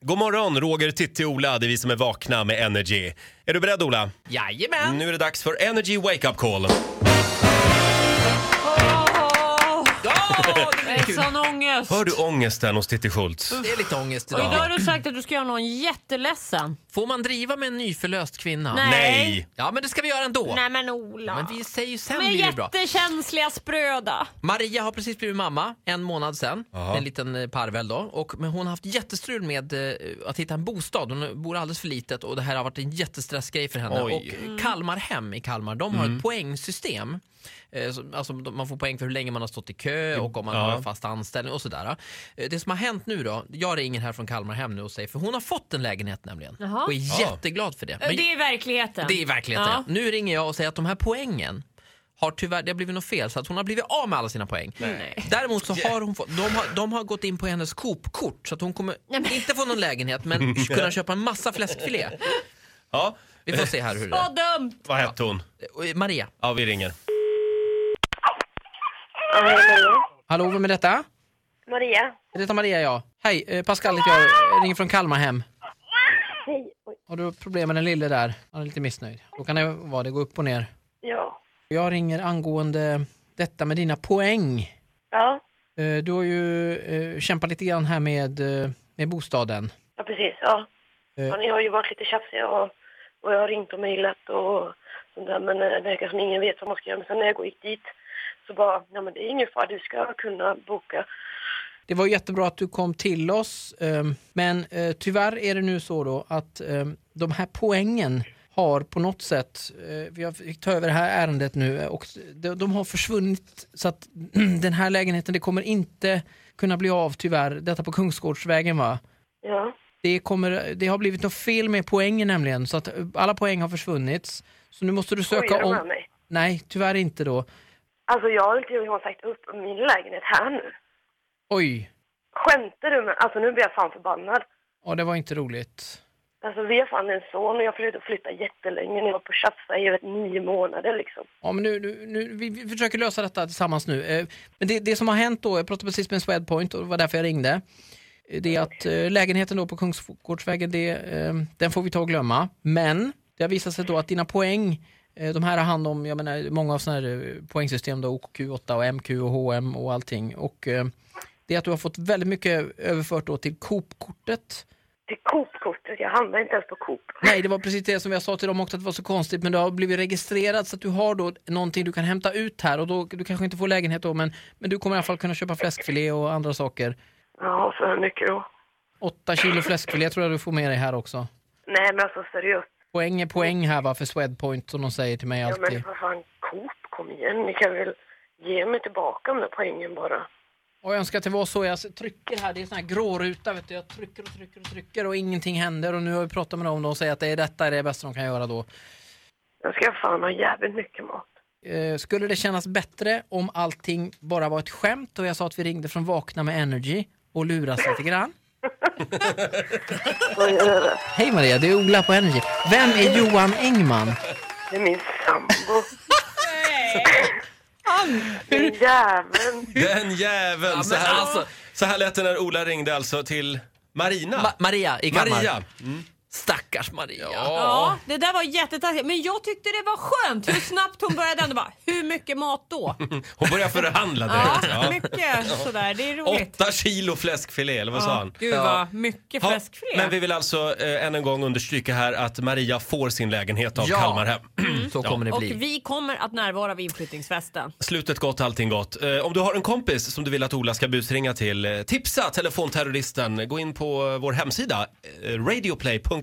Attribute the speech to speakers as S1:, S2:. S1: God morgon, Roger, Titti, Ola. Det är vi som är vakna med Energy. Är du beredd, Ola?
S2: Jajamän!
S1: Nu är det dags för Energy Wake Up Call.
S3: Åh,
S2: Ja, det blir
S3: en
S2: kul.
S3: sån ångest.
S1: Hör du ångesten hos Titti Schultz?
S2: Det är lite ångest
S3: Och idag har
S2: idag.
S3: du sagt att du ska göra någon jätteledsen.
S2: Får man driva med en nyförlöst kvinna?
S3: Nej.
S1: Nej!
S2: Ja, men det ska vi göra ändå.
S3: Nej men Ola.
S2: Men vi säger ju sen
S3: De är
S2: blir det bra.
S3: jättekänsliga spröda.
S2: Maria har precis blivit mamma, en månad sen.
S1: Ja.
S2: En liten eh, parvel då. Och, men hon har haft jättestrul med eh, att hitta en bostad. Hon bor alldeles för litet och det här har varit en jättestressgrej för henne.
S1: Oj. Mm.
S2: Och eh, Kalmar hem i Kalmar, de har ett poängsystem. Eh, som- Alltså, de- man får poäng för hur länge man har stått i kö och om man
S1: Ja.
S2: har en fast anställning och sådär. Eh, Det som har hänt nu då, jag ringer här från Kalmar hem nu och säger, för hon har fått en lägenhet nämligen.
S3: Jaha.
S2: Och är
S1: Ja.
S2: jätteglad för det. Men-
S3: det är verkligheten.
S2: det är verkligheten.
S3: Ja.
S2: Ja. Nu ringer jag och säger att de här poängen har tyvärr, det har blivit något fel så att hon har blivit av med alla sina poäng. Däremot så har hon fått, de har, de har gått in på hennes Coop-kort så att hon kommer
S3: Nej, men-
S2: inte få någon lägenhet men kunna köpa en massa fläskfilé.
S1: Ja,
S2: Vi får se här hur det
S3: Vad
S2: är.
S3: dumt!
S1: vad hette hon?
S2: Eh, Maria,
S1: Ja, vi ringer.
S2: hallå vem är detta?
S4: Maria.
S2: Är detta Maria ja? Hej, eh, Pascal heter jag, jag ringer från Kalmar hem.
S4: Hej. Oj.
S2: Har du problem med den lille där? Han är lite missnöjd. Då kan det vara, det går upp och ner.
S4: Ja.
S2: Jag ringer angående detta med dina poäng.
S4: Ja.
S2: Eh, Du har ju eh, kämpat lite grann här med, eh, med bostaden.
S4: Ja, precis. Ja.
S2: Eh.
S4: ja. Ni har ju varit lite tjafsiga och, och jag har ringt och mejlat och sånt där. Men eh, det verkar som ingen vet vad man ska göra. Men sen när jag gick dit så bara, ja men det är ingen fara. Du ska kunna boka.
S2: Det var jättebra att du kom till oss, eh, men eh, tyvärr är det nu så då att eh, de här poängen har på något sätt, eh, vi har fick ta över det här ärendet nu eh, och de, de har försvunnit så att den här lägenheten det kommer inte kunna bli av tyvärr, detta på Kungsgårdsvägen va?
S4: Ja.
S2: Det, kommer, det har blivit något fel med poängen nämligen så att eh, alla poäng har försvunnit. Så nu måste du
S4: Skojar
S2: söka
S4: du med
S2: om...
S4: mig?
S2: Nej, tyvärr inte då.
S4: Alltså jag har inte jag har sagt upp min lägenhet här nu.
S2: Oj,
S4: Skämtar du med Alltså nu blir jag fan förbannad.
S2: Ja, det var inte roligt.
S4: Alltså vi har fan en son och jag försökte flytta jättelänge. Ni var på tjafsa i över nio månader liksom.
S2: Ja, men nu, nu, nu, vi, vi försöker lösa detta tillsammans nu. Eh, Men det, det som har hänt då, jag pratade precis med Swedpoint och det var därför jag ringde. Eh, Det är att eh, lägenheten då på Kungsgårdsvägen, det, eh, den får vi ta och glömma. Men det har visat sig då att dina poäng, eh, de här har hand om, jag menar många av sådana här eh, poängsystem då, OKQ8 och MQ och HM och allting. Och eh, det är att du har fått väldigt mycket överfört då till Coop-kortet.
S4: Till Coop-kortet. Jag handlar inte ens på Coop.
S2: Nej, det var precis det som jag sa till dem också att det var så konstigt. Men du har blivit registrerad så att du har då någonting du kan hämta ut här och då, du kanske inte får lägenhet då men, men du kommer i alla fall kunna köpa fläskfilé och andra saker.
S4: Ja, för mycket då.
S2: Åtta kilo fläskfilé tror jag du får med dig här också.
S4: Nej, men alltså seriöst.
S2: Poäng är poäng här va för Swedpoint som de säger till mig alltså.
S4: Ja, men
S2: alltid.
S4: vad fan, Coop, kom igen. Ni kan väl ge mig tillbaka de där poängen bara.
S2: Och jag önskar att det var så. Jag trycker här, det är en sån här gråruta vet du. Jag trycker och trycker och trycker och ingenting händer och nu har vi pratat med dem och de säger att det är detta är det bästa de kan göra då.
S4: Jag ska fan ha jävligt mycket mat.
S2: Eh, skulle det kännas bättre om allting bara var ett skämt och jag sa att vi ringde från Vakna med Energy och luras lite grann?
S4: Vad gör det?
S2: Hej Maria, det är Ola på Energy. Vem är Johan Engman?
S4: Det är min sambo. Den jäveln.
S1: Den jäveln! Så
S2: men
S1: här,
S2: alltså-
S1: så här lät det när Ola ringde alltså till Marina.
S2: Maria i
S1: Maria! Mm.
S2: Stackars Maria.
S3: Ja, det där var jättetaskigt. Men jag tyckte det var skönt hur snabbt hon började ändå bara, hur mycket mat då?
S1: Hon började förhandla
S3: Ja,
S1: direkt. Ja.
S3: mycket sådär. Det är roligt.
S1: Åtta kilo fläskfilé, eller vad sa han?
S3: Gud vad mycket
S1: Ja,
S3: fläskfilé.
S1: Men vi vill alltså eh, än en gång understryka här att Maria får sin lägenhet av
S2: Ja.
S1: Kalmar hem.
S2: Mm. Så kommer
S3: Och
S2: det bli.
S3: vi kommer att närvara vid inflyttningsfesten.
S1: Slutet gott, allting gott. Eh, om du har en kompis som du vill att Ola ska busringa till, eh, tipsa telefonterroristen. Gå in på eh, vår hemsida, eh, radioplay.se